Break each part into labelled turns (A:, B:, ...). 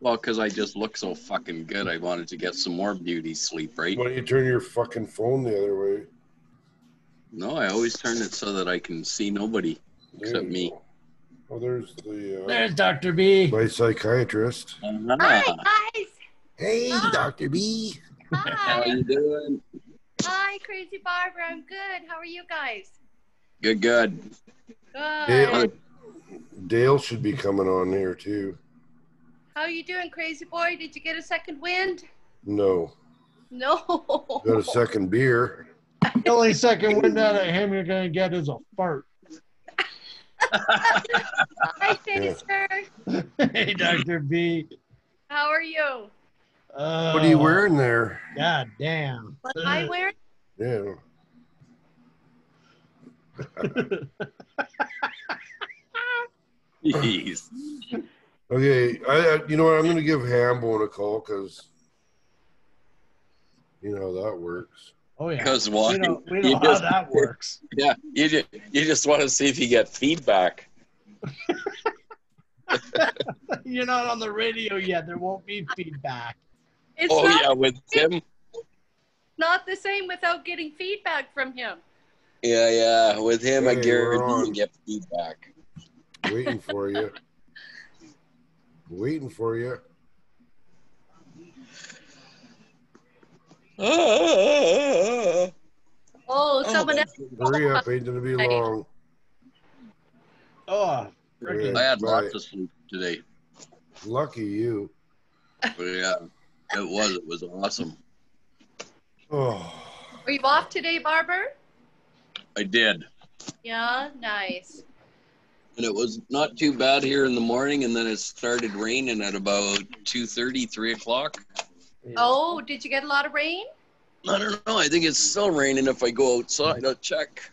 A: Well, because I just look so fucking good, I wanted to get some more beauty sleep, right?
B: Why don't you turn your fucking phone the other way?
A: No, I always turn it so that I can see nobody
B: There
A: except
B: you
A: me.
B: go. Oh, there's the uh,
C: There's Dr. B.
B: my psychiatrist.
D: Hi,
A: Ah,
D: guys.
B: Hey,
D: Ah.
B: Doctor B.
A: how
D: Hi.
A: you doing?
D: Hi, Crazy Barbara. I'm good. How are you guys?
A: Good, good.
D: Good.
B: Dale, Dale should be coming on here too.
D: How you doing, Crazy Boy? Did you get a second wind?
B: No,
D: No.
B: got a second beer.
C: The only second wind out of him you're going to get is a fart.
D: Hi, City
B: Yeah.
D: Sir.
C: hey, Dr. B.
D: How are you?
C: Uh,
B: What are you wearing there?
C: God damn.
D: What am I wearing?
B: Yeah.
A: Jeez.
B: Okay, I, I you know what? I'm gonna give Hambone a call because you know how that works.
C: Oh, yeah.
A: Because why?
C: We know, we
A: You
C: know how
A: just-
C: that works.
A: yeah, you just, you just want to see if you get feedback.
C: You're not on the radio yet. There won't be feedback.
D: It's
A: Oh,
D: not,
A: yeah, with Tim?
D: not the same without getting feedback from him.
A: Yeah, yeah, with him, I
B: Hey,
A: guarantee
B: we're on.
A: you get feedback.
B: Waiting for you. Waiting for you.
D: Oh,
A: Oh,
D: someone else.
A: that's-
B: Hurry up! Ain't gonna be long.
C: Oh,
B: Yeah,
A: I had
B: bye.
A: lots of sleep today.
B: Lucky you.
A: But yeah, it was. It was awesome.
B: Oh,
D: Are you off today, Barber?
A: I did.
D: Yeah, nice.
A: And it was not too bad here in the morning, and then it started raining at about 2.30, 3 o'clock.
D: Oh, did you get a lot of rain?
A: I don't know. I think it's still raining if I go outside. I'll check.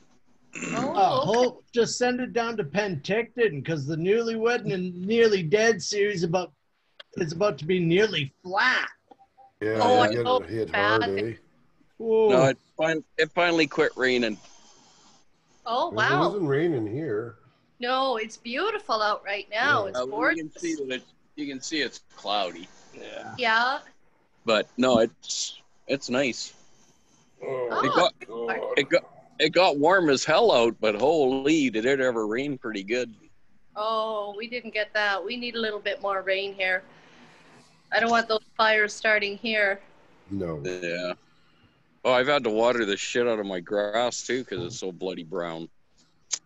C: Uh,
D: Oh, okay.
C: Holt just send it down to Penticton because the newlywed and nearly dead series about is about to be nearly flat.
B: yeah,
D: Oh,
B: you
D: I know
B: get hit hard,
D: bad.
B: eh?
C: Whoa.
A: No, it, fin- it finally quit raining.
D: oh
B: It
D: wow.
B: wasn't raining here.
D: No, it's beautiful out right now.
B: Yeah.
D: It's
A: Uh, you can see
D: gorgeous.
A: that it, you can see it's cloudy,
C: yeah.
D: Yeah.
A: but no, it's it's nice.
B: Oh,
A: It got
B: God.
A: it got it got warm as hell out, but holy, did it ever rain pretty good?
D: Oh, we didn't get that. We need a little bit more rain here. I don't want those fires starting here.
B: No.
A: Yeah. Oh, I've had to water the shit out of my grass too because it's so bloody brown.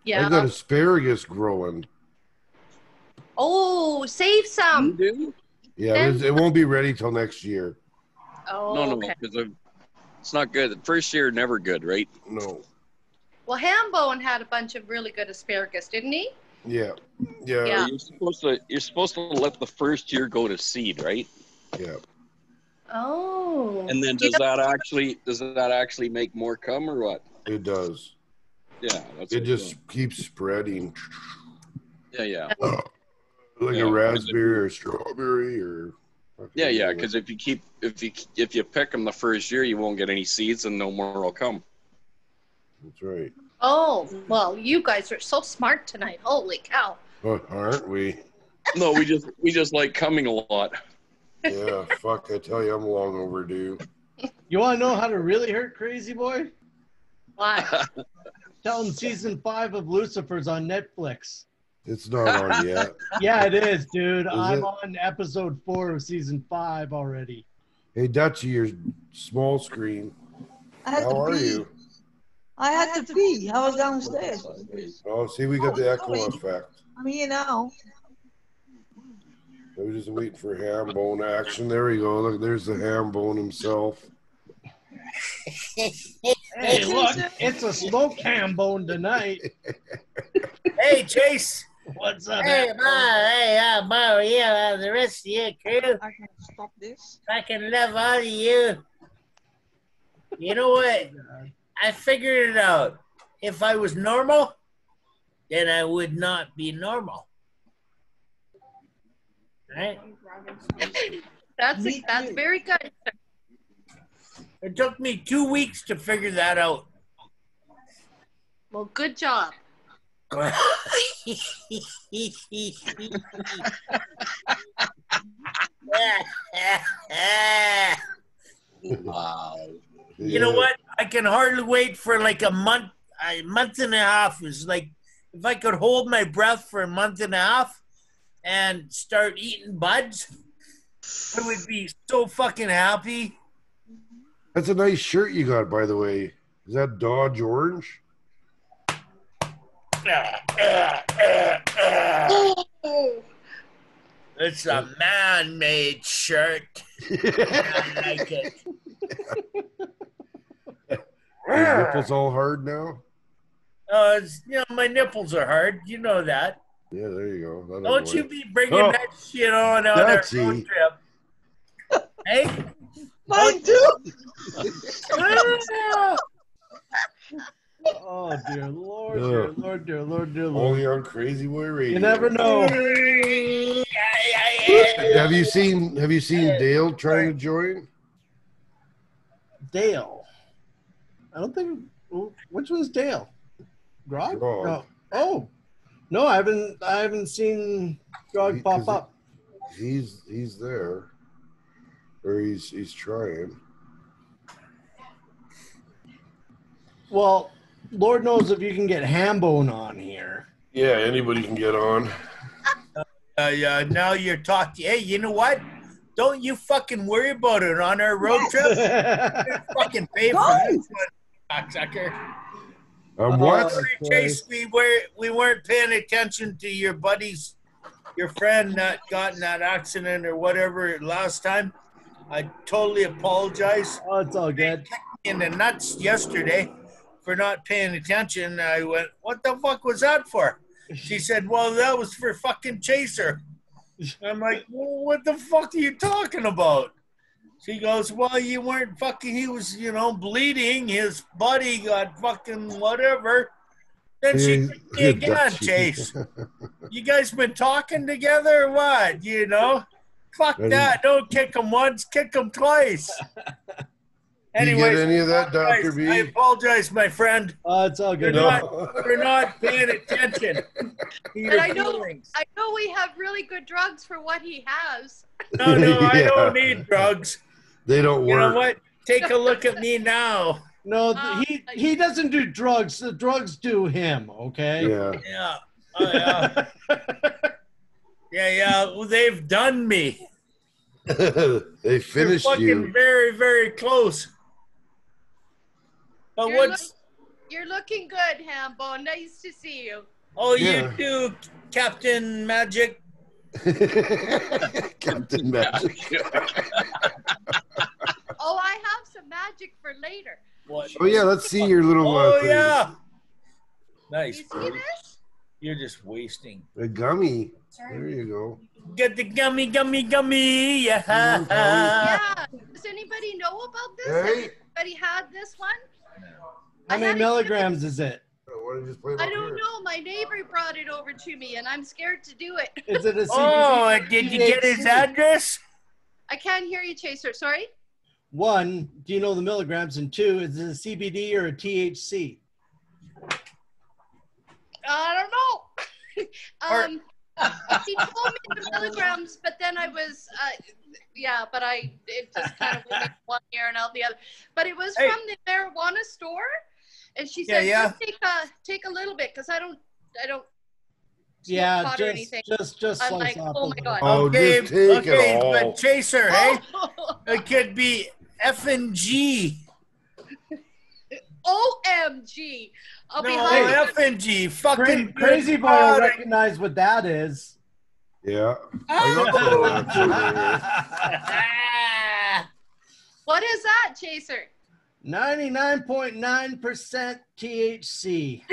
B: I got
D: Yeah.
B: asparagus growing.
D: Oh, save
A: You
D: some.
A: do?
B: Yeah, there's- it won't be ready till next year.
D: Oh,
A: No, no,
D: okay.
A: because it's not good. The first year never good, right?
B: No.
D: Well, Hambone had a bunch of really good asparagus, didn't he?
B: Yeah. Yeah.
D: Yeah.
A: You're supposed to you're supposed to let the first year go to seed, right?
B: yeah.
D: Oh.
A: And then
D: Do you
A: does that actually does that actually make more come or what?
B: It does.
A: Yeah, that's
B: It
A: what-
B: just keeps spreading
A: yeah yeah
B: like
A: Yeah.
B: a raspberry or strawberry or.
A: yeah yeah because if you keep if you if you pick them the first year you won't get any seeds and no more will come.
B: That's right.
D: Oh, well, you guys are so smart tonight. Holy cow.
B: Oh, aren't we?
A: No, we just we just like coming a lot.
B: Yeah. fuck, I tell you, I'm long overdue.
C: You want to know how to really hurt Crazy Boy?
D: Why?
C: Tell him season five of Lucifer's on Netflix.
B: It's not on yet.
C: Yeah, it is, dude. I'm
B: it?
C: on episode four of season five already.
B: Hey, Dutchie, your small screen.
E: I had
B: How
E: to
B: are
E: pee.
B: you?
E: I had to pee. I was downstairs.
B: Oh, see, we got the echo effect.
E: I'm here now.
B: We We're just waiting for ham bone action. There we go. Look, there's the ham bone himself.
C: Hey, look, it's a smoke ham bone tonight.
F: Hey, Chase.
C: What's up?
F: Hey,
C: Ham Bone?
F: Ma. Hey, uh, Maria. Uh, the rest of your crew.
E: I can stop this.
F: Fucking love all of you. You know what? I figured it out. If I was normal, then I would not be normal. Right?
D: That's
E: Me
D: that's
E: too.
D: very good.
F: It took me two weeks to figure that out.
D: Well, good job.
F: yeah, You know what? I can hardly wait for like a month, a month and a half. Is like if I could hold my breath for a month and a half and start eating buds, I would be so fucking happy.
B: That's a nice shirt you got, by the way. Is that Dodge Orange?
A: Oh.
F: It's a man-made shirt. I like it.
B: Your nipples all hard now?
F: Uh, it's, you know my nipples are hard. You know that.
B: Yeah, there you go. That'll
F: Don't you
B: work.
F: be bringing
B: Oh,
F: that shit on on our
B: that's
F: road
B: it.
F: trip. hey.
E: Mine too.
F: Ah.
C: Oh dear lord, dear lord, dear lord, dear lord.
B: Only on Crazy Boy Radio.
C: You never know.
B: Have you seen Have you seen Dale trying to join?
C: Dale. I don't think. Which one's Dale? Grog.
B: Grog.
C: No. Oh, no, I haven't. I haven't seen Grog
B: He-
C: pop
B: 'cause
C: up.
B: He's He's there, or he's he's trying.
C: Well, Lord knows if you can get Hambone on here.
B: Yeah, anybody can get on.
F: Uh, yeah, now you're talking. Hey, you know what? Don't you fucking worry about it on our road trip. fucking pay for
E: Go.
F: this one, cocksucker.
B: Um, what?
C: Uh,
F: Sorry, Chase, we were we weren't paying attention to your buddies, your friend that got in that accident or whatever last time. I totally apologize.
C: oh, it's all good.
F: in the nuts yesterday for not paying attention. I went, "What the fuck was that for?" She said, "Well, that was for fucking Chaser." I'm like, well, "What the fuck are you talking about?" She goes, "Well, you weren't fucking. He was, you know, bleeding. His buddy got fucking whatever." Then she hit me again, Chase. You guys been talking together or what? You know, fuck
B: Ready?
F: that. Don't kick him once, kick him twice.
B: Did you
F: Anyways,
B: get any of that, Doctor
F: Guys, I
B: B?
F: apologize, my friend,
C: Oh, it's all good.
F: You're not-
B: No.
F: for not paying attention. to your
D: But I know-
F: feelings.
D: I know we have really good drugs for what he has.
F: No, no, I don't
B: Yeah.
F: need drugs.
B: They don't
F: You know
B: work.
F: what? Take a look at me now.
C: No,
D: Uh,
C: th- he he doesn't do drugs. The drugs do him. Okay.
B: Yeah.
F: Yeah. Oh, yeah. Yeah, yeah. Well, they've done me.
B: they
F: You're
B: finished
F: fucking
B: you.
F: very, very close. But
D: You're
F: what's.
D: You're looking good, Hambo. Nice to see you.
F: oh,
B: Yeah.
F: you do, Captain Magic.
B: Captain Magic.
D: Oh, I have some magic for later.
F: What?
B: Oh yeah, let's see your little. uh,
F: Oh,
B: thing.
F: yeah.
D: You
F: Nice,
D: see
F: bro.
D: this?
F: You're just wasting.
B: The gummy. There you go.
F: Get the gummy, gummy, gummy. Yeah.
B: Mm, gummy.
D: yeah. Does anybody know about this? Has
B: Hey.
D: Anybody had this one?
C: How
D: I had
C: many
D: it-
C: milligrams is it?
B: Why don't you just play it
D: I
B: up
D: don't
B: here?
D: know. My neighbor brought it over to me, and I'm scared to do it.
C: Is it a CBD?
F: Oh, and did you get his address?
D: I can't hear you, Chaser. Sorry.
C: One, do you know the milligrams? And two, is it a CBD or a THC?
D: I don't know.
F: Or-
D: um, he told me the milligrams, but then I was, uh, yeah, but I it just kind of went in one ear and out the other. But it was
F: Hey.
D: from the marijuana store, and she
F: Yeah,
D: said,
F: yeah.
D: "Just take a take a little bit, cause I don't, I don't." smoke
C: Yeah,
D: pot or
C: just
D: anything.
C: just just
D: I'm
C: slice
D: like,
C: off.
D: oh
C: a
D: my
C: little.
D: God.
B: Oh, just take it
F: okay,
B: all.
F: but Chaser, hey,
D: Oh,
F: it could be F and G.
D: OMG! I'll
F: No,
D: be high.
F: F and G. Fucking
C: Cra- crazy
F: good
C: boy will
F: product.
C: recognize what that is.
B: Yeah. I got
F: Oh.
B: that actually. yeah.
F: Ah.
D: What is that, Chaser?
C: 99.9% THC.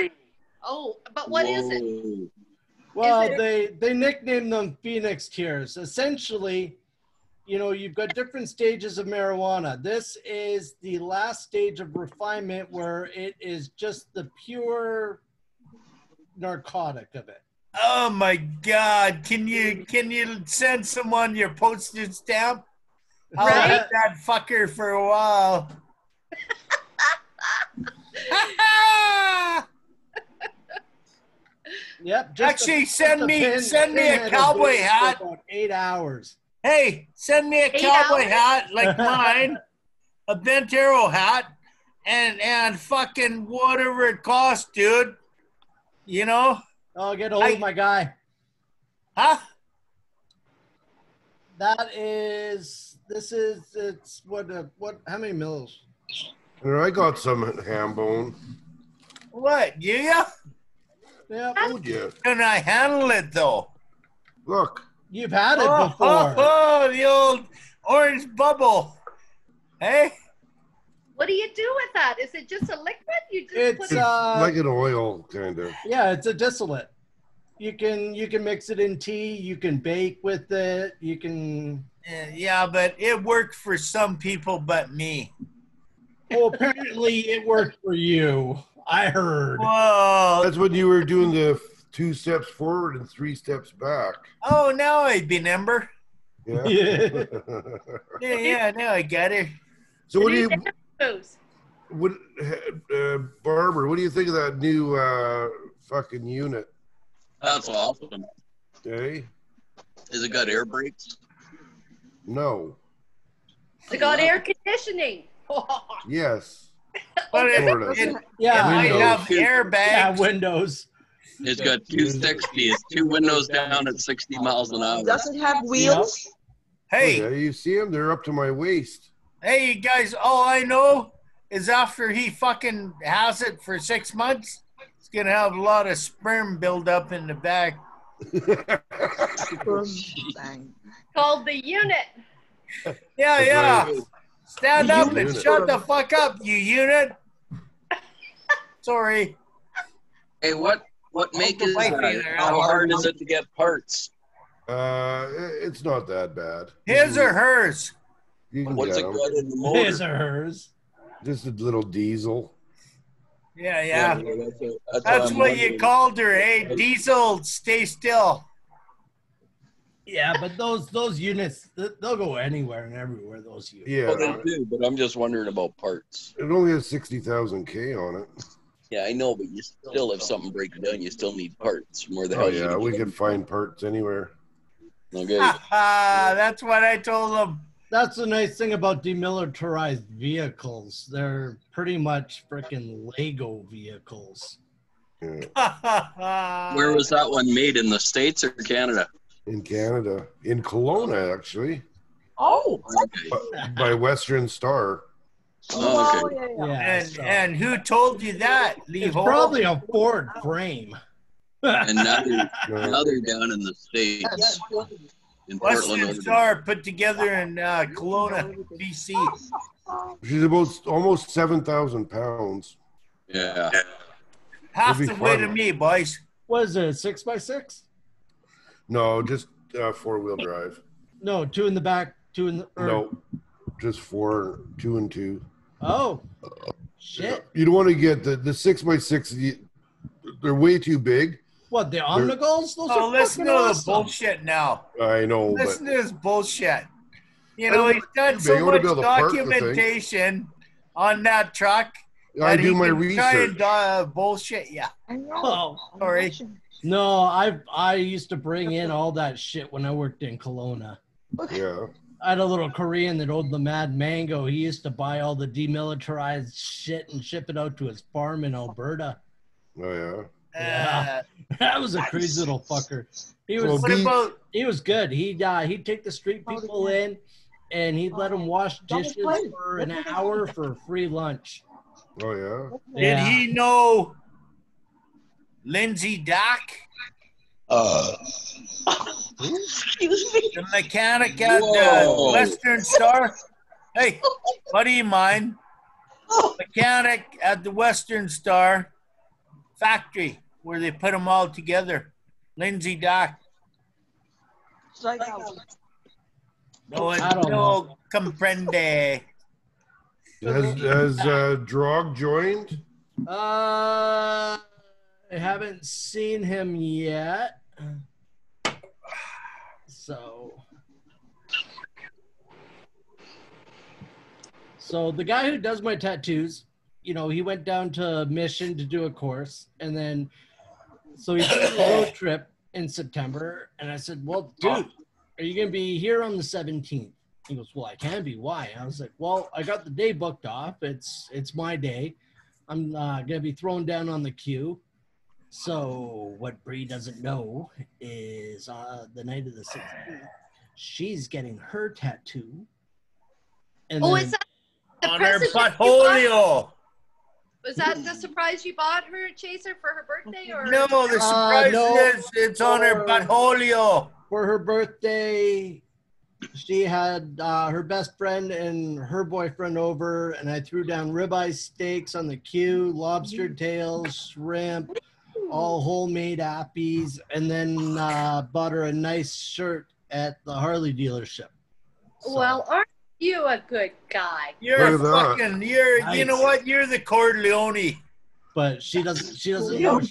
D: Oh, but what is it?
C: Well,
D: Is it-
C: they they nickname them Phoenix tears. Essentially, you know, you've got different stages of marijuana. This is the last stage of refinement where it is just the pure narcotic of it.
F: Oh my God! Can you can you send someone your postage stamp? I'll
D: Right?
F: have that fucker for a while.
C: Yep. just
F: Actually,
C: a-
F: send
C: just a
F: me
C: pin-
F: send me
C: pinhead
F: a
C: of
F: cowboy
C: this for
F: hat.
C: About eight hours.
F: Hey, send me a
D: Eight
F: cowboy
D: hours?
F: hat like mine, a bent arrow hat, and and fucking whatever it costs, dude. You know,
C: Oh, get a hold
F: I-
C: of my guy.
F: huh?
C: That is. This is. It's what? uh what? How many mils?
B: Here, I got some ham bone.
F: What? Yeah.
C: Yeah.
B: Oh, yeah.
F: Can I handle it though?
B: Look.
C: You've had it
F: Oh,
C: before.
F: oh, oh, the old orange bubble. Hey,
D: What do you do with that? Is it just a liquid? You just
C: It's
D: put it.
C: uh.
B: like an oil, kind of.
C: yeah, it's a distillate. You can you can mix it in tea. You can bake with it. You can.
F: Eh, yeah, but it worked for some people, but me.
C: Well, apparently it worked for you. I heard.
F: Whoa!
B: That's when you were doing the f- two steps forward and three steps back.
F: Oh, now I remember.
B: Yeah.
C: Yeah.
F: Yeah, yeah, now I get it.
B: so what do you,
D: Booze.
B: what, uh, Barber? What do you think of that new uh, fucking unit?
A: That's awesome.
B: Eh?
A: Has it got air brakes?
B: No.
D: It got air conditioning.
B: Yes.
F: But it,
B: Sort of.
F: it, it
C: Yeah.
F: might
B: Windows.
F: have airbags.
C: Yeah. Windows.
A: It's got two sixties, two windows down at sixty miles an hour.
E: Does it have wheels?
F: hey,
B: Oh, yeah, you see them? They're up to my waist.
F: hey, you guys, all I know is after he fucking has it for six months, it's going to have a lot of sperm build up in the back.
E: Oh, Bang.
D: Called the unit.
F: Yeah, yeah. Stand
B: You
F: up and
B: unit.
F: shut the fuck up, you unit. Sorry.
A: Hey, what what make
F: the
A: is
F: wife either.
A: that? How hard is it to get parts?
B: Uh, it- it's not that bad.
F: His or hers?
B: You can
A: What's
B: get
A: it
B: 'em.
A: got in the
C: His
A: motor?
C: or hers.
B: Just a little diesel.
F: Yeah, yeah.
A: that's a- that's
F: That's
A: I'm
F: what you
A: wondering.
F: called her, eh? Diesel, stay still.
C: Yeah, but those those units th- they'll go anywhere and everywhere. Those units.
B: Yeah.
A: Well, they do, but I'm just wondering about parts.
B: It only has 60,000 K on it.
A: Yeah, I know, but you still, if something breaks down, you still need parts. Where the
B: Oh,
A: hell? you
B: yeah.
A: gonna
B: We
A: get
B: can find parts anywhere.
A: them? Okay.
F: Ah, that's what I told him.
C: That's the nice thing about demilitarized vehicles. They're pretty much freaking Lego vehicles.
B: Yeah.
A: Where was that one made in the states or Canada?
B: In Canada. In Kelowna, actually.
E: Oh.
A: Okay.
B: By Western Star.
A: Oh, okay.
E: yeah, yeah.
C: Yeah,
F: And
C: so-
F: and who told you that? Lee
C: it's
F: Hall?
C: probably a Ford frame.
A: And now they're, now
B: No.
A: they're down in the states in Portland.
F: Western
A: Oregon.
F: Star put together in uh, Kelowna, BC.
B: She's about almost 7,000 pounds.
A: Yeah.
F: Half
B: It'd
F: the
B: be
F: way to
B: fun.
F: me, boys.
C: What is it? Six by six?
B: No, just uh, four wheel drive.
C: No, two in the back, two in the. or-
B: No, just four, two and two.
C: Oh, shit!
B: You don't want to get the, the six by six, you- they're way too big.
C: What the omnigolds? Those
F: Oh,
C: are fucking
F: listen to the
C: awesome.
F: bullshit now.
B: I know, Oh, but
F: Listen to this bullshit. You
B: I
F: know,
B: don't
F: he's done
B: be
F: so
B: able to
F: much
B: be able to park the thing.
F: documentation on that truck.
B: I
F: that he
B: do my
F: can try and,
B: research.
F: uh, bullshit, yeah.
E: I know.
C: Oh,
E: I'm
F: sorry.
E: watching.
C: No, I I used to bring in all that shit when I worked in Kelowna.
B: Yeah.
C: I had a little Korean that owned the Mad Mango. He used to buy all the demilitarized shit and ship it out to his farm in Alberta.
B: Oh, yeah.
C: Yeah.
F: Uh,
C: That was a crazy little fucker. He
B: Well,
C: was
F: what
B: Beat-
F: about
C: he was good. He'd uh, he'd take the street people in, and he'd let them wash dishes for an hour for free lunch.
B: Oh, yeah.
F: Did
C: Yeah.
F: he know Lindsay Dock,
A: Uh,
E: Excuse me.
F: the mechanic at the
A: Whoa.
F: Western Star? Hey, buddy of mine,
E: Oh,
F: mechanic at the Western Star factory where they put them all together. Lindsay Dock.
E: it's like that.
F: No,
C: I don't
F: no comprende.
B: Has, has uh, Drog joined?
C: Uh, I haven't seen him yet. So. So the guy who does my tattoos, you know, he went down to Mission to do a course, and then, so he took a road trip in September, and I said, "Well, dude, are you gonna be here on the 17th?" He goes, "Well, I can be. Why?" I was like, "Well, I got the day booked off. It's it's my day. I'm uh, gonna be thrown down on the queue." So what Bree doesn't know is uh, the night of the 16th, she's getting her tattoo. And
D: Oh,
C: then-
D: is that the
F: on her
D: present that you bought-
F: buttholio.
D: Was that the surprise you bought her, Chaser, for her birthday? Or
F: No, the surprise
C: Uh, no.
F: is it's on her
C: Or-
F: buttholio.
C: for her birthday, she had uh, her best friend and her boyfriend over, and I threw down ribeye steaks on the queue, lobster
D: Mm-hmm.
C: tails, shrimp, all homemade appies, and then uh, bought her a nice shirt at the Harley dealership. So-
D: Well, aren't you a good guy?
F: You're
B: Look at that.
F: fucking. You're. You
C: Nice.
F: know what? You're the Corleone.
C: but she doesn't. She doesn't know.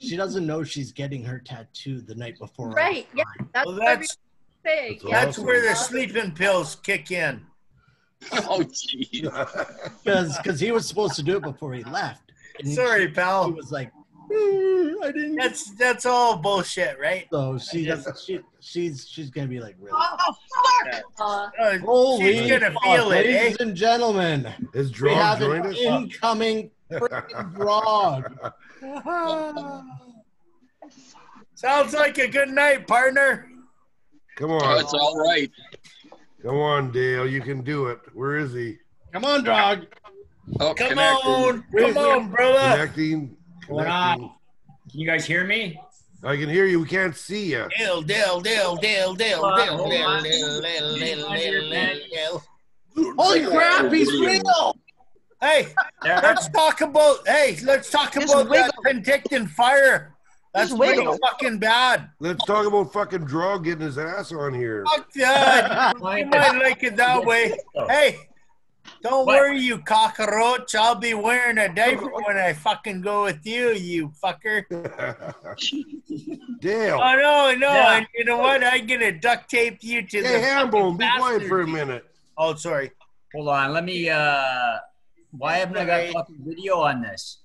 C: She doesn't know she's getting her tattoo the night before.
D: Right? Yeah, that's,
F: Well,
D: what every
F: that's
D: thing.
B: That's
D: Yeah.
F: that's
B: Awesome.
F: where the sleeping pills kick in.
A: Oh, jeez.
C: Because because he was supposed to do it before he left. And
F: Sorry,
C: He
F: pal.
C: was like, "Mm, I didn't.
F: That's that's all bullshit, right?
C: So she doesn't. She, she's she's gonna be like really.
E: Oh, fuck!
D: Uh,
F: Uh,
C: Holy
F: she's gonna
C: fuck,
F: feel it, eh?
C: ladies and gentlemen,
B: Is
C: we
B: Draw
C: have
B: joined
C: an
B: us?
C: incoming freaking grog.
F: Sounds like a good night, partner.
B: Come
A: Oh,
B: on.
A: it's all right.
B: Come on, Dale. You can do it. Where is he?
C: Come on, grog.
A: Oh,
F: Come
A: connected.
F: on, come on, brother.
B: Connecting.
G: Going on.
B: connecting.
G: Can you guys hear me?
B: I can hear you. We can't see you.
F: Dale, Dale, Dale, Dale, Dale, Dale, Dale, Dale, Dale, Dale, Dale, Dale, Dale.
C: Holy crap, he's real.
F: Hey,
G: There.
F: let's talk about. Hey, let's talk
E: Just
F: about that
E: wiggle.
F: Penticton fire. That's
E: Just
F: pretty
E: wiggle.
F: fucking bad.
B: Let's talk about fucking Draw getting his ass on here.
F: Fuck that. You
G: Mine
F: might like it that way. Hey, don't
G: What?
F: worry, you cockroach. I'll be wearing a diaper when I fucking go with you, you fucker.
B: Dale.
F: Oh no, no,
G: Yeah.
F: and you know what? I'm gonna duct tape you to
B: Hey,
F: the.
B: Hambone, be quiet
F: bastard.
B: for a minute.
F: Oh, sorry.
G: Hold on. Let me. uh Why haven't I got fucking video on this?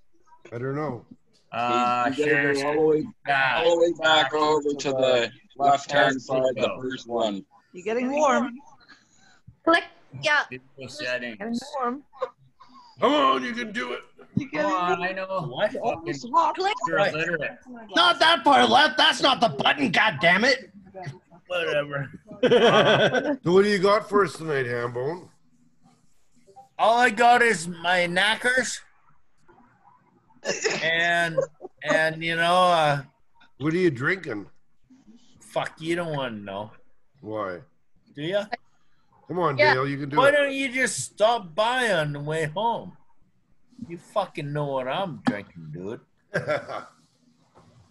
B: I don't know.
G: Uh,
A: you gotta
G: share,
A: go all
G: share.
A: the way,
G: back.
A: all the way back over to the left hand side, the
G: Video.
A: first one.
E: You're getting warm.
D: click. Yeah.
G: Video settings.
E: Getting warm. Oh,
B: Come on, you can do it.
E: You're getting
G: Come
E: warm.
G: on, I know.
F: What?
E: You're almost hot.
D: Click.
G: You're illiterate.
C: Not that far left. That's not the button. God damn it.
F: Whatever.
B: So what do you got for us tonight, Hambone?
F: All I got is my knackers, and and you know, uh,
B: What are you drinking?
F: fuck, you don't want to know,
B: Why?
F: do you?
B: Come on,
D: Yeah.
B: Dale, you can do
F: Why
B: it.
F: don't you just stop by on the way home? You fucking know what I'm drinking, dude.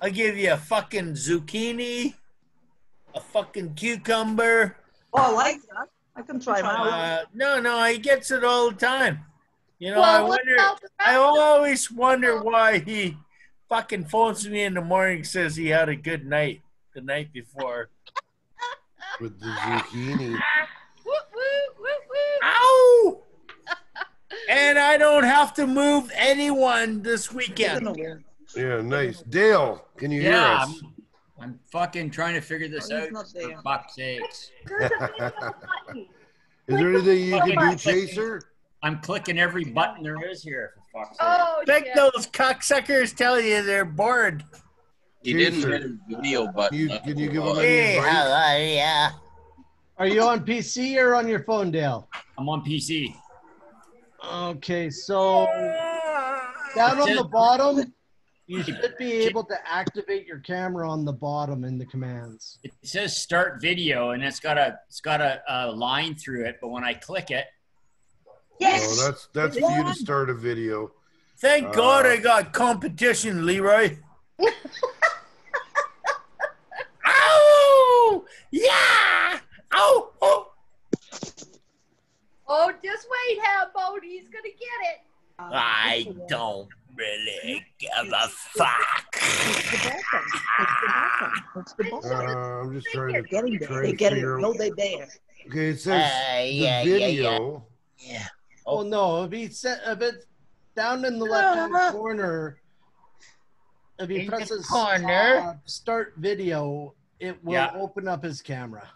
F: I give you a fucking zucchini, a fucking cucumber.
E: Oh, I like that. I can try mine.
F: Uh, no, no, he gets it all the time. You know, I
D: well, what
F: wonder.
D: about the
F: I
D: rest?
F: always wonder why he fucking phones me in the morning and says he had a good night the night before.
B: With the zucchini.
D: Woo, woo, woo, woo.
F: Ow! And I don't have to move anyone this
E: Isn't
F: weekend.
E: it weird?
B: Yeah, nice. Dale, can you
G: Yeah. I'm, I'm fucking trying to figure this
E: He's
G: out.
E: not there.
G: For fuck's sakes.
D: There's a thing on the button.
B: hear us? Is there anything you can do,
G: Fucking-
B: Chaser?
G: I'm clicking every button there is here. For fuck's sake.
D: Oh,
F: Like
D: shit.
F: those cocksuckers tell you they're bored.
A: He didn't
B: Chaser.
A: hit his video button.
B: You- can you give him a-
F: Hey, how are ya?
C: Are you on PC or on your phone, Dale?
G: I'm on PC.
C: Okay,
F: Oh,
C: so down on the bottom, you should be able to activate your camera on the bottom in the commands.
G: It says start video, and it's got a it's got a, a line through it. But when I click it,
B: Oh, that's that's for you to start a video.
F: Thank
B: Uh,
F: God I got competition, Leroy. Ow! Yeah! Ow! Oh!
D: Oh, just wait, Hambone. He's gonna get it.
F: I don't really give a fuck.
E: It's the bottom. It's the bottom. It's the
B: Uh,
E: bottom.
B: I'm just trying
E: They're
B: to.
E: getting there.
B: Trying
E: They're
B: to
E: getting
B: figure
E: there.
B: out-
E: No, they're there.
B: Okay, it says
F: Uh, yeah,
B: the
F: yeah,
B: video.
F: Yeah.
C: Oh, no, if it's if it's down
G: Ah.
C: in the left hand corner, if you
F: In
C: press
F: the
C: this,
F: corner.
C: uh, start video, it will
G: Yeah.
C: open up his camera.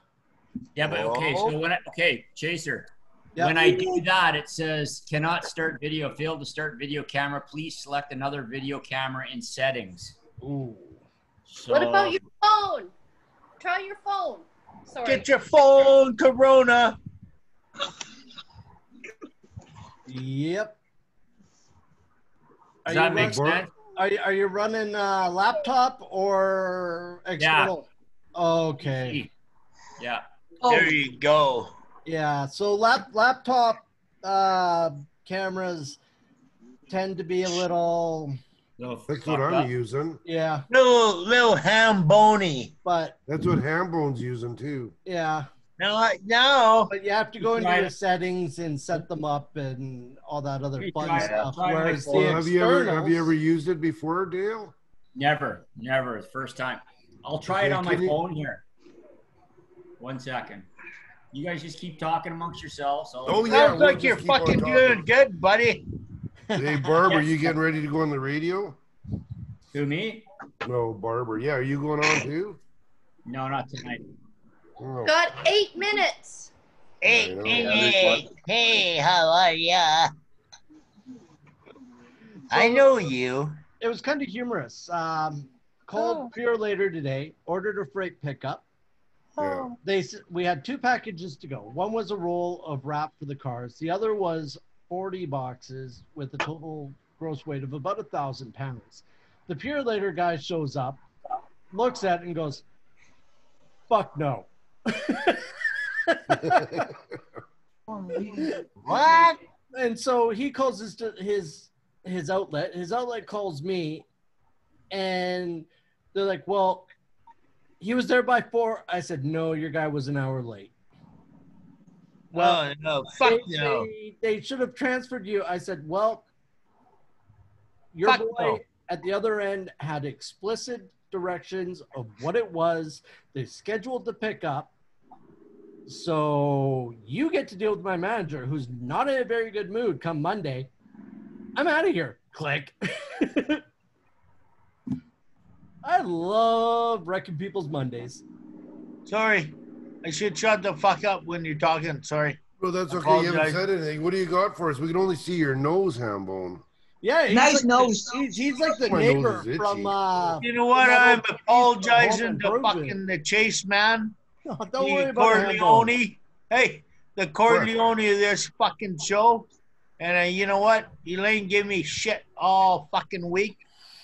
G: Yeah, but okay. So
B: Oh.
G: when I, okay, Chaser,
C: Yeah.
G: when I do that, it says cannot start video. Fail to start video camera. Please select another video camera in settings.
C: Ooh.
G: So,
D: What
F: Oh.
D: about your phone? Try your phone. Sorry.
F: Get your phone, Corona.
C: Yep. Are
G: Does
C: you,
G: that make
C: run,
G: sense?
C: are, you, are you running uh, laptop or external? Okay.
G: Yeah.
F: There you go.
C: Yeah. So lap, laptop uh, cameras tend to be a little,
G: So
B: That's what
G: fucked
B: I'm
G: up.
B: using.
C: yeah,
F: Little little ham bony.
C: but
B: That's what Hambone's using too.
C: yeah.
F: Now I- now
C: But you have to go into
G: Try
C: your
G: it.
C: settings and set them up and all that other
G: Try
C: fun
G: it.
C: stuff.
G: Try it.
C: Whereas the
B: Well, have you ever have you
C: externals-
B: ever used it before, Dale?
G: Never, never. First time. I'll try it
B: Okay,
G: on my
B: can you-
G: phone here. One second. You guys just keep talking amongst yourselves. I'll-
B: Oh, yeah.
F: sounds
B: we'll
F: like
B: just
F: you're
B: keep on
F: fucking
B: talking.
F: doing good, buddy.
B: Hey, Barb, are you getting ready to go on the radio?
G: To me?
B: No, Barber. Yeah, are you going on too?
G: No, not tonight.
B: Oh,
D: Got eight minutes.
F: Hey,
B: Yeah,
F: hey,
A: there's
F: hey, hey, how are ya? I know you.
C: it was kind of humorous. Um, called
E: Oh.
C: Pure later today, ordered a freight pickup.
E: Oh,
C: They s- we had two packages to go. One was a roll of wrap for the cars. The other was 40 boxes with a total gross weight of about a thousand pounds. The Pure later guy shows up, looks at it and goes, "Fuck no."
E: unbelievable.
F: What?
C: and so he calls his his his outlet. His outlet calls me, and they're like, "Well, he was there by four. I said, "No, your guy was an hour late."
F: Well, no, fuck
C: they,
F: no.
C: they, they should have transferred you. I said, "Well, your
F: Fuck
C: boy
F: no.
C: at the other end had explicit directions of what it was. They scheduled the pickup." So you get to deal with my manager, who's not in a very good mood come Monday. I'm out of here. Click. I love wrecking people's Mondays.
F: Sorry. I should shut the fuck up when you're talking. Sorry.
B: well, that's okay. You haven't
F: Apologize.
B: said anything. What do you got for us? We can only see your nose, Hambone.
C: Yeah, he's
E: Nice
C: like the-
E: nose.
C: he's, he's like the
B: My nose
C: neighbor
B: is itchy.
C: from uh,
F: You know what?
C: No,
F: I'm
C: please,
F: apologizing
C: go home and
F: to
C: prove it.
F: fucking the Chase man.
C: No, don't
F: the
C: worry about it. Handball.
F: Corleone. Hey, the Corleone of this fucking show. And uh, you know what? Elaine gave me shit all fucking week.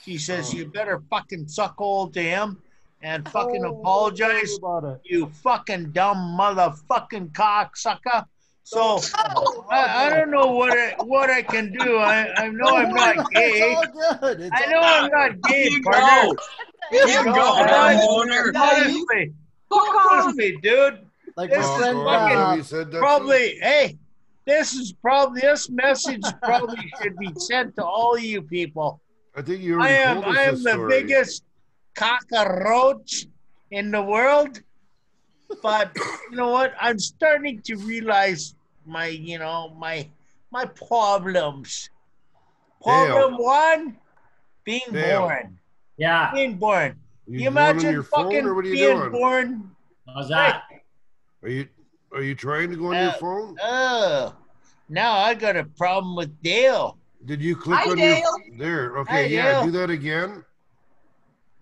F: She says
C: Oh.
F: you better fucking suck all to him and fucking
C: Don't
F: apologize.
C: worry about it.
F: You fucking dumb motherfucking cocksucker. So
D: Oh,
F: I, I don't know what I, what I can do. I, I know I'm not gay.
C: It's all good. It's
F: I
C: all-
F: know I'm not gay,
A: You
F: partner.
A: go. You go, homeowner.
F: Honestly,
E: Fuck off.
F: honestly, dude.
C: like
F: This
C: my
F: is
C: friend,
F: fucking-
C: uh,
B: Oh, you said that
F: probably hey this is probably this message probably should be sent to all you people
B: I think you
F: i
B: already
F: am
B: told us
F: i am
B: this
F: the
B: story.
F: biggest cockroach in the world but you know what i'm starting to realize my you know my my problems problem one being
B: Damn.
F: born
G: Yeah.
F: being born
B: You,
F: you,
B: you on
F: imagine
B: your
F: fucking
B: phone, or what are you
F: being
B: doing?
F: born
G: How's that?
B: Are you are you trying to go on your
F: Uh,
B: phone?
F: oh now i got a problem with dale
B: Did you click
E: Hi,
B: on
E: Dale.
B: your there? Okay,
F: Hi,
B: yeah,
F: Dale.
B: do that again.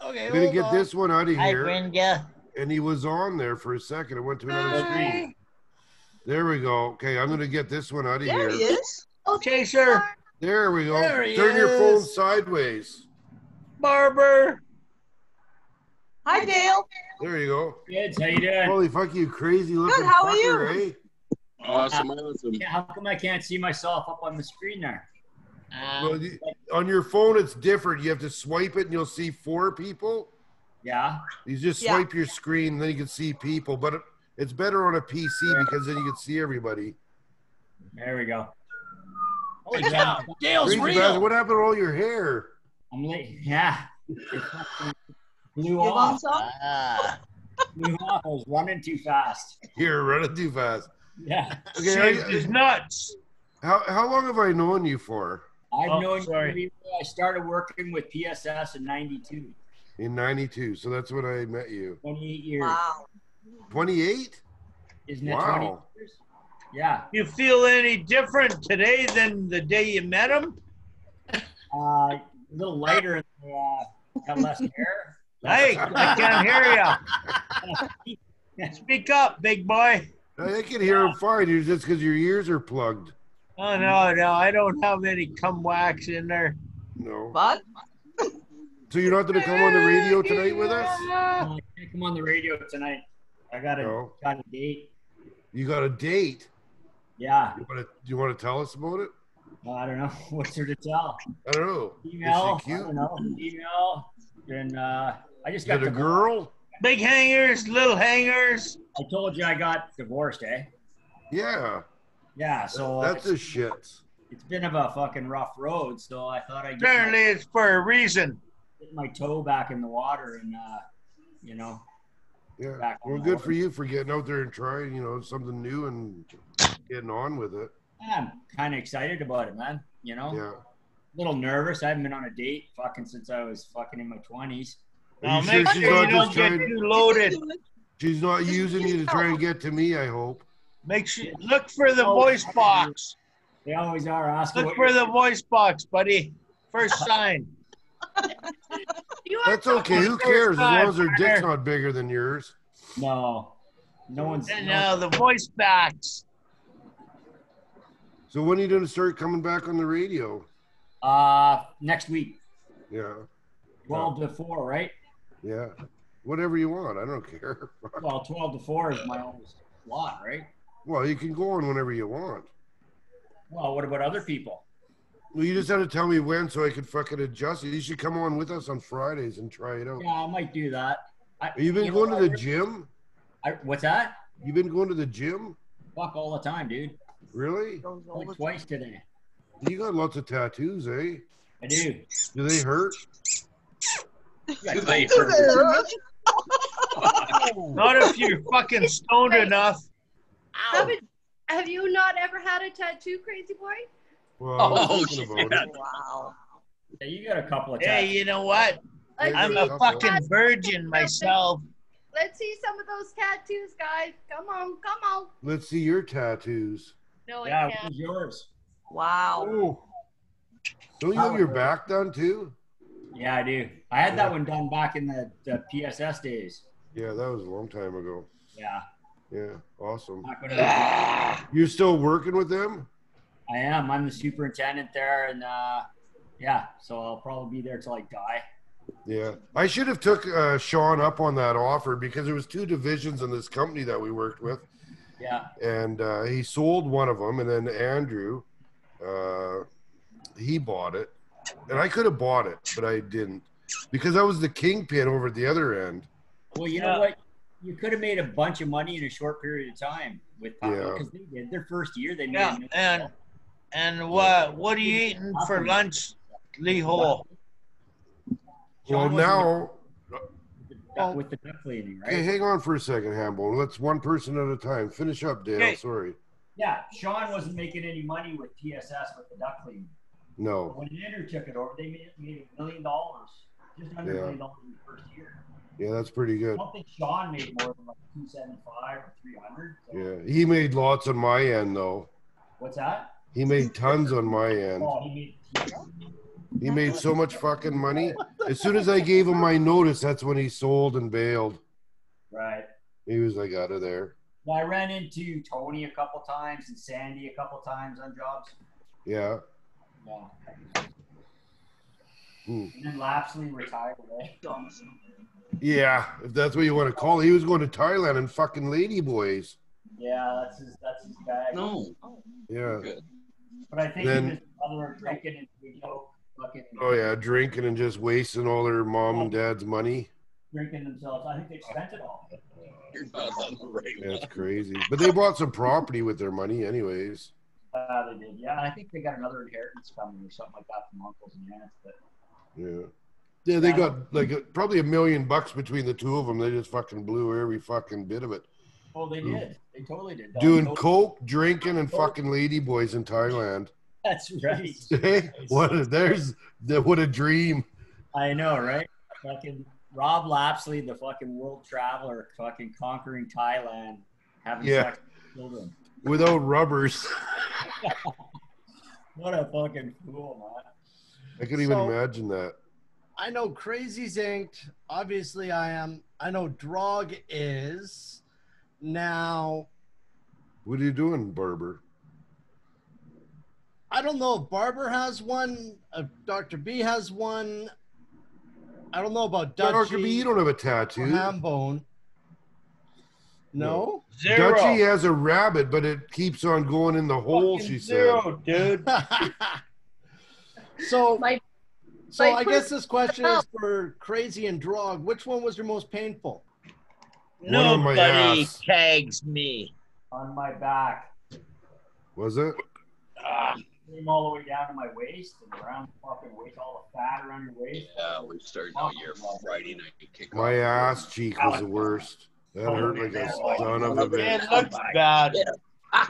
F: okay
B: I'm gonna
F: hold
B: get
F: on.
B: this one out of
F: Hi,
B: here.
F: Brenda.
B: and he was on there for a second. It went to another screen.
E: Hi.
B: There we go. Okay, I'm gonna get this one out of
E: There
B: here.
E: he is.
F: Chaser,
B: There we go.
C: There he
B: Turn your phone
C: is.
B: sideways.
F: Barber.
E: Hi, Dale.
B: There you go.
G: Kids, how you doing?
B: Holy fuck, you crazy looking
E: how are
B: fucker,
E: you?
B: eh?
A: Awesome, awesome.
G: Yeah, How come I can't see myself up on the screen there?
E: Um,
B: Well, you- on your phone, it's different. You have to swipe it, and you'll see four people.
G: Yeah.
B: You just
E: Yeah.
B: swipe your screen, then you can see people. But it, it's better on a PC because then you can see everybody.
G: There we go.
C: Holy cow, Dale's
B: Crazy bastard,
C: real.
B: What happened to all your hair?
G: I'm late. Yeah. It fucking Blew
E: You want
G: off.
E: some?
C: Uh,
F: Ah.
G: Blew off. I was running too fast.
B: You're running too fast.
G: Yeah.
B: Okay,
F: Shaved
B: I-
F: his nuts.
B: how how long have I known you for?
G: I've
F: Oh,
G: known
F: sorry.
G: you. I started working with PSS in 92.
B: In '92, so that's when I met you.
G: 28 years.
E: Wow.
B: 28?
G: Isn't it 20?
B: Wow.
G: Yeah.
F: You feel any different today than the day you met him?
G: Uh, a little lighter. and, Uh, got less hair.
F: Hey, I can't hear you. Speak up, big boy.
B: I can hear him fine. It's just because your ears are plugged.
F: Oh no, no, I don't have any cum wax in there.
B: No.
E: What?
B: So you're not going to come on the radio tonight with us?
G: Uh, I can't come on the radio tonight. I got a,
B: No.
G: got a date.
B: You got a date.
G: Yeah.
B: You wanna, do you want to tell us about it?
G: Uh, I don't know. What's there to tell?
B: I don't know.
G: Email.
B: Is she cute?
G: I don't know. Email. And uh, I just
B: Is
G: got
B: it a
G: divorced.
B: girl?
F: Big hangers, little hangers.
G: I told you I got divorced, eh?
B: Yeah.
G: Yeah. So uh,
B: That's
G: it's,
B: a shit.
G: it's been of a fucking rough road. So I thought I'd get my,
F: Apparently, it's for a reason.
G: get my toe back in the water and, uh, you know,
B: Yeah.
G: Back on
B: Well,
G: the
B: good
G: horse.
B: for you for getting out there and trying, you know, something new and getting on with it.
G: I'm kind of excited about it, man. You know,
B: Yeah.
G: a little nervous. I haven't been on a date fucking since I was fucking in my 20s.
F: Now
B: Are you
F: make
B: sure
F: sure
B: she's
F: you
B: not
F: don't
B: just
F: get
B: trying?
F: too loaded.
B: She's not using you to try and get to me. I hope.
F: Make sure look for the voice box.
G: They always are asking.
F: Look
G: what
F: for the
G: you're-
F: voice box, buddy. First sign.
D: You are
B: That's
D: talking-
B: okay. Who cares? As long as her dick's not bigger than yours.
G: No, no one's.
F: And uh,
G: no-
F: now the voice box.
B: So when are you going to start coming back on the radio?
G: Uh, next week,
B: Yeah.
G: 12 to 4, right?
B: Yeah. Whatever you want. I don't care.
G: Well, 12 to 4 is my own slot, right?
B: Well, you can go on whenever you want.
G: Well, what about other people?
B: Well, you just have to tell me when so I can fucking adjust it. You should come on with us on Fridays and try it out.
G: Yeah, I might do that. I,
B: Have you been
G: know
B: going
G: what
B: to
G: I
B: the gym?
G: re- I- what's that?
B: You been going to the gym?
G: Fuck all the time, dude.
B: Really?
G: Only twice today.
B: You got lots of tattoos, eh?
G: I do.
B: Do they hurt?
G: Yeah,
A: Do they
G: twice.
A: hurt?
F: Not if you're fucking stoned enough.
D: Haven't- Have you not ever had a tattoo, crazy boy?
B: Well, I was
A: Oh,
B: thinking
A: shit.
B: about it.
E: Wow.
G: Yeah, you got a couple of
F: Hey,
G: times.
F: you know what?
D: Let's
F: I'm
D: see,
F: a fucking virgin myself.
D: let's see some of those tattoos, guys. Come on, come on.
B: Let's see your tattoos.
D: No, I
G: yeah,
D: can't.
G: who's yours?
E: Wow.
B: Don't you have your back done too?
G: Yeah, I do. I had that one done back in the, the PSS days.
B: Yeah, that was a long time ago.
G: Yeah.
B: Yeah, awesome.
G: Not
F: Ah.
G: gonna,
B: You're still working with them?
G: I am. I'm the superintendent there, and uh, yeah, so I'll probably be there till I die.
B: Yeah, I should have took uh, Sean up on that offer because there was two divisions in this company that we worked with,
G: Yeah.
B: and uh, he sold one of them, and then Andrew, uh, he bought it, and I could have bought it, but I didn't because I was the kingpin over at the other end.
G: Well, you
F: Yeah.
G: know what? You could have made a bunch of money in a short period of time with Pablo
B: Yeah.
G: because they did their first year. They made
F: Yeah,
G: a-
F: and and what what are you eating for lunch, Lee Ho?
B: Well,
G: Sean was
B: now,
G: the- with the duck lady, right?
B: hey, hang on for a second, Hambo. Let's one person at a time. Finish up, Dale.
F: Okay.
B: Sorry.
G: Yeah, Sean wasn't making any money with TSS with the duck cleaning. But
B: No.
G: When Andrew took it over, they made, made a million dollars, just under a
B: Yeah.
G: million dollars in the first year.
B: Yeah, that's pretty
G: I
B: good.
G: don't think Sean made more than like two seventy five or three hundred. So
B: Yeah, he made lots on my end though.
G: What's that?
B: He made tons on my end.
G: Oh, he made.
B: He made so much fucking money. As soon as I gave him my notice, that's when he sold and bailed.
G: Right.
B: He was like out of there.
G: Well, I ran into Tony a couple times and Sandy a couple times on jobs.
B: Yeah.
G: Yeah.
B: Hmm.
G: And then Lapsley retired away.
B: Yeah. If that's what you want to call it. He was going to Thailand and fucking ladyboys.
G: Yeah, that's his that's his bag.
A: No.
B: Yeah.
A: Good.
G: But I think
B: Then-
G: he just other drinking and you know, fucking
B: Oh, yeah. Drinking and just wasting all their mom and dad's money.
G: drinking themselves. I think they spent it all.
A: You're not on the right
B: Yeah,
A: one.
B: it's crazy. But they bought some property with their money, anyways.
G: Uh, they did. Yeah, and I think they got another inheritance coming or something like that from uncles and aunts. But
B: Yeah. Yeah, they got like a, probably a million bucks between the two of them. They just fucking blew every fucking bit of it.
G: oh, they
B: Hmm.
G: did. They totally did. That
B: Doing
G: was-
B: coke, drinking, and fucking ladyboys in Thailand.
G: That's right.
B: Hey, what a, there's the, what a dream.
G: I know, right? Fucking Rob Lapsley, the fucking world traveler, fucking conquering Thailand. having
B: Yeah.
G: sex with children.
B: without rubbers.
G: What a fucking fool, man.
B: I couldn't even
C: So-
B: imagine that.
C: I know Crazy's inked. Obviously, I am. I know Drog is. Now,
B: What are you doing, Barber?
C: I don't know if Barber has one, if Dr. B has one. I don't know about
B: Dr. B,
C: Dutchie
B: you don't have a
C: or
B: tattoo.
C: Hambone. No?
H: Zero.
B: Dutchie has a rabbit, but it keeps on going in the hole,
H: Fucking
B: she said.
H: zero, dude.
C: so,
D: My-
C: so
D: my
C: I guess this question
D: personal-
C: is for Crazy and Drog. Which one was your most painful?
B: One on my
F: Nobody
B: ass.
F: tags me.
G: On my back,
B: Was it?
F: Ah,
G: came all the way down to my waist and around the fucking waist, all the fat around your waist.
A: Yeah, we started out here Friday night kickoff.
B: My ass cheek was the worst. That hurt like a son of a bitch.
F: it
G: Oh
F: looks bad.
A: Yeah.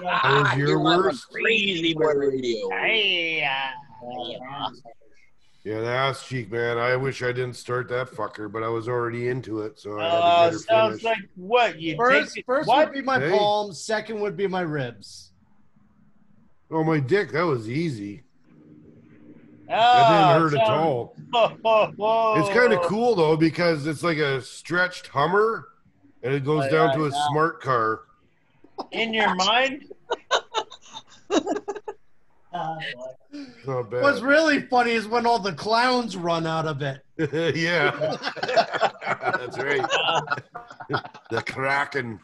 B: That was your
A: You love a
B: worst?
A: Crazy boy radio.
F: Hey, uh,
B: Yeah, the ass cheek, man. I wish I didn't start that fucker, but I was already into it, so I
F: uh,
B: had to get her
F: sounds
B: finished.
F: like what you
C: First,
F: take. it-
C: first
F: what?
C: would be my
B: Hey.
C: palms, second would be my ribs.
B: oh, my dick, that was easy.
F: Ah,
B: that didn't hurt at
F: Uh, sounds-
B: all.
F: Whoa, whoa, whoa.
B: It's kind of cool though because it's like a stretched Hummer, and it goes
F: Oh,
B: down
F: yeah,
B: to a
F: yeah.
B: smart car.
F: in your mind.
G: Ah,
B: It's Not bad.
C: What's really funny is when all the clowns run out of it.
B: yeah, that's right. the Kraken.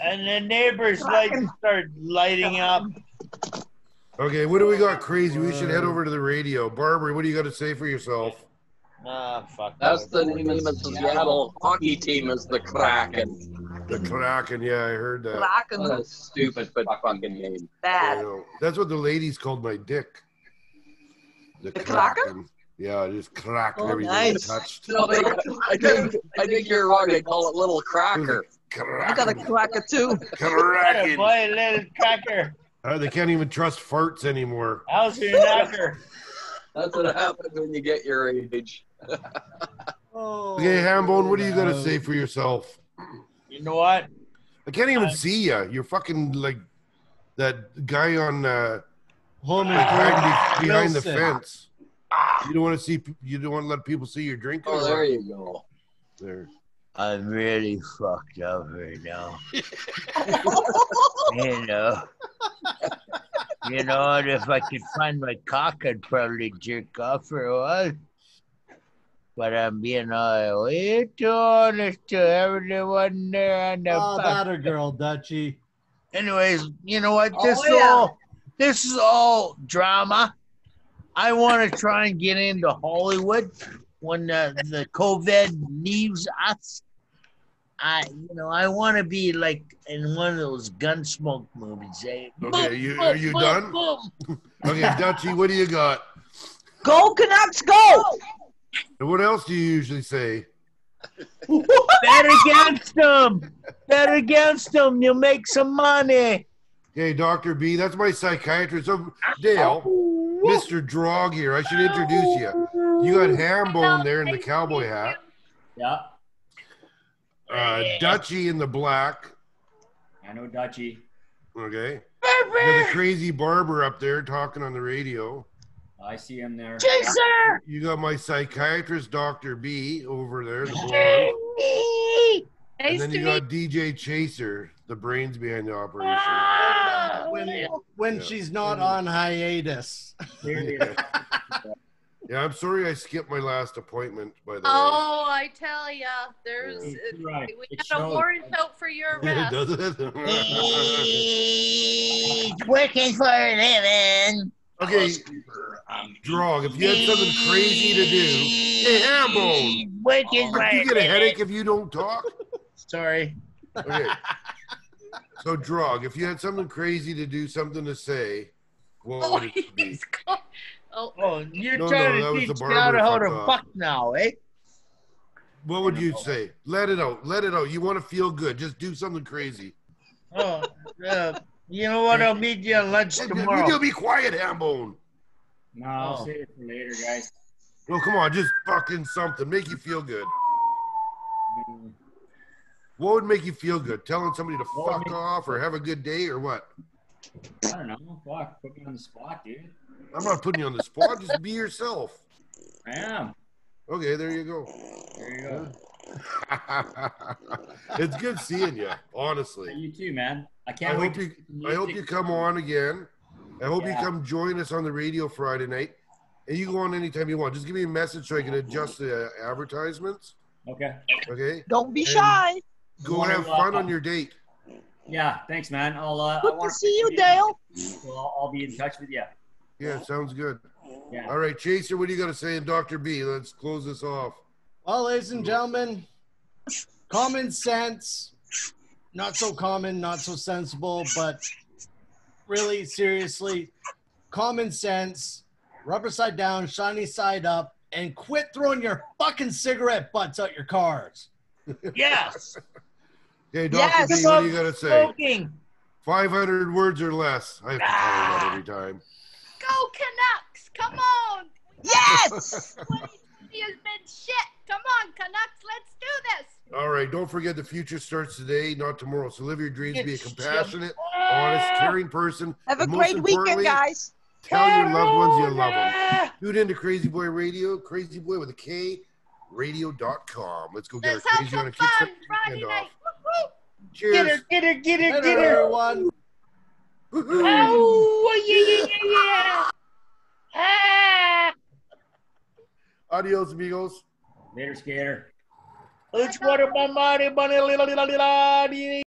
F: And the neighbors' lights start lighting up.
B: Okay, what do we got crazy? We should head over to the radio. Barbara, what do you got to say for yourself?
F: Ah, fuck.
A: That's the name of the Seattle hockey team is the Kraken.
B: The Kraken. Yeah, I heard that.
E: Blackened
A: What a stupid but fucking name.
B: I
E: bad.
B: know. That's what the ladies called my dick. The,
E: Kraken?
B: Yeah, it just cracked
E: Oh,
B: everything
E: nice.
B: it touched.
A: No, they, I think I think you're wrong. They call it Little Cracker.
E: I got a
B: Kraken.
E: cracker too.
B: Kraken.
F: Boy, little cracker.
B: Uh, they can't even trust farts anymore.
F: How's your knocker?
A: That's what happens when you get your age.
C: Oh,
B: Okay, Hambone, what are you gonna say for yourself?
F: You know what?
B: I can't even see you. You're fucking like that guy on uh,
C: Homie,
B: like hiding be- behind the
C: Oh Wilson.
B: fence. You don't want to see. You don't want to let people see you're drinking.
A: Oh,
B: or
A: there
B: what?
A: you go.
B: There.
F: I'm really fucked up right now. you know. You know what? If I could find my cock, I'd probably jerk off for a while. But I'm being all way too honest to everyone there on the
C: Ah,
F: fuck-
C: that a girl, Dutchie.
F: Anyways, you know what? This
E: Oh, yeah.
F: all this is all drama. I want to try and get into Hollywood when the, the COVID leaves us. I you know I want to be like in one of those gunsmoke movies. Eh?
B: Okay, you are you done?
F: boom.
B: Okay, Dutchie, what do you got?
E: Go Canucks, go!
B: And what else do you usually say?
F: Bet against them. Bet against them. You'll make some money.
B: Okay, Doctor B, that's my psychiatrist. Oh, Dale, Mister Drog here. I should introduce you. You got Hambone there in the cowboy hat.
G: Yeah,
B: Uh, Dutchie in the black.
G: I know Dutchie.
B: Okay. You got the crazy barber up there talking on the radio.
G: I see him there.
F: Chaser.
B: You got my psychiatrist, Dr. B, over there. The blonde. and
D: Nice
B: then
D: to
B: you
D: meet
B: got DJ Chaser, the brains behind the operation.
D: Ah.
C: When, when
B: Yeah.
C: she's not on hiatus.
B: Yeah, I'm sorry I skipped my last appointment, by the
D: Oh, I tell ya, there's
B: Yeah.
D: it-
G: Right.
D: we
G: It
D: had a
G: shows.
D: warrant out for your
B: way.
D: arrest.
B: Does it?
F: Working for a living.
B: okay, Drog, if you had something crazy to do, hey, Hambone,
F: Working for
B: you get a headache if you don't talk?
F: Sorry.
B: Okay. So, Drog, if you had something crazy to do, something to say, what
D: Oh,
B: would it be?
D: he's gone. Oh,
F: Oh, you're
B: No,
F: trying
B: no, that was
F: to
B: the
F: teach me
B: barber
F: how to, how to
B: fuck off.
F: fuck now, eh?
B: What would you say? Let it out. Let it out. You want to feel good. Just do something crazy.
F: Oh, uh, you know what? I'll meet you at lunch
B: You
F: tomorrow.
B: do be quiet, Hambone.
G: No, I'll
F: Oh.
G: save it for later, guys.
B: No, come on. Just fucking something. Make you feel good.
G: Mm.
B: What would make you feel good? Telling somebody to
G: What would
B: fuck
G: make-
B: off or have a good day or what?
G: I don't know. Fuck, put me on the spot, dude.
B: I'm not putting you on the spot. Just be yourself.
G: I am.
B: Okay, there you go.
G: There you go.
B: it's good seeing you, honestly.
G: You too, man. I
B: I
G: can't
B: hope
G: wait.
B: you I hope you come on again. I hope
G: Yeah.
B: you come join us on the radio Friday night. And you go on anytime you want. Just give me a message so I can adjust the uh, advertisements.
G: Okay.
B: Okay.
E: Don't be
B: And-
E: shy.
B: Go have fun on your date.
G: Yeah. Thanks, man. I'll. Uh, I
E: Good to
G: wanna-
E: see you, Dale.
G: So I'll, I'll be in touch with you.
B: Yeah, sounds good.
G: Yeah.
B: All right, Chaser, what do you got to say? And Dr. B, let's close this off.
C: Well, ladies and gentlemen, common sense, not so common, not so sensible, but really seriously, common sense, rubber side down, shiny side up, and quit throwing your fucking cigarette butts out your cars.
I: Yes.
B: Okay, Dr.
E: Yes.
B: B, what do you got to say?
I: Smoking.
B: 500 words or less. I have to tell you that every time.
D: Go Canucks! Come on!
E: Yes.
D: 2020 has been shit. Come on, Canucks, let's do this.
B: All right, don't forget the future starts today, not tomorrow. So live your dreams, be a compassionate, honest, caring person.
E: Have a
B: and most
E: great weekend,
B: importantly,
E: guys.
B: Tell your loved ones you love them. Tune into Crazy Boy Radio, Crazy Boy with a K, radio.com. Let's go get
D: Let's
B: our
D: have
B: crazy on
D: some
B: a
D: fun
B: Kickstarter
D: Friday
B: weekend
D: night.
B: off.
D: Woo-hoo.
F: Get
B: Cheers.
F: her, get her, get her,
C: Later,
F: get her.
C: everyone.
B: Woo-hoo. Adios, amigos.
G: Later, skater.
I: Let's water my body, bunny, la, la, la, la, la, dee, dee.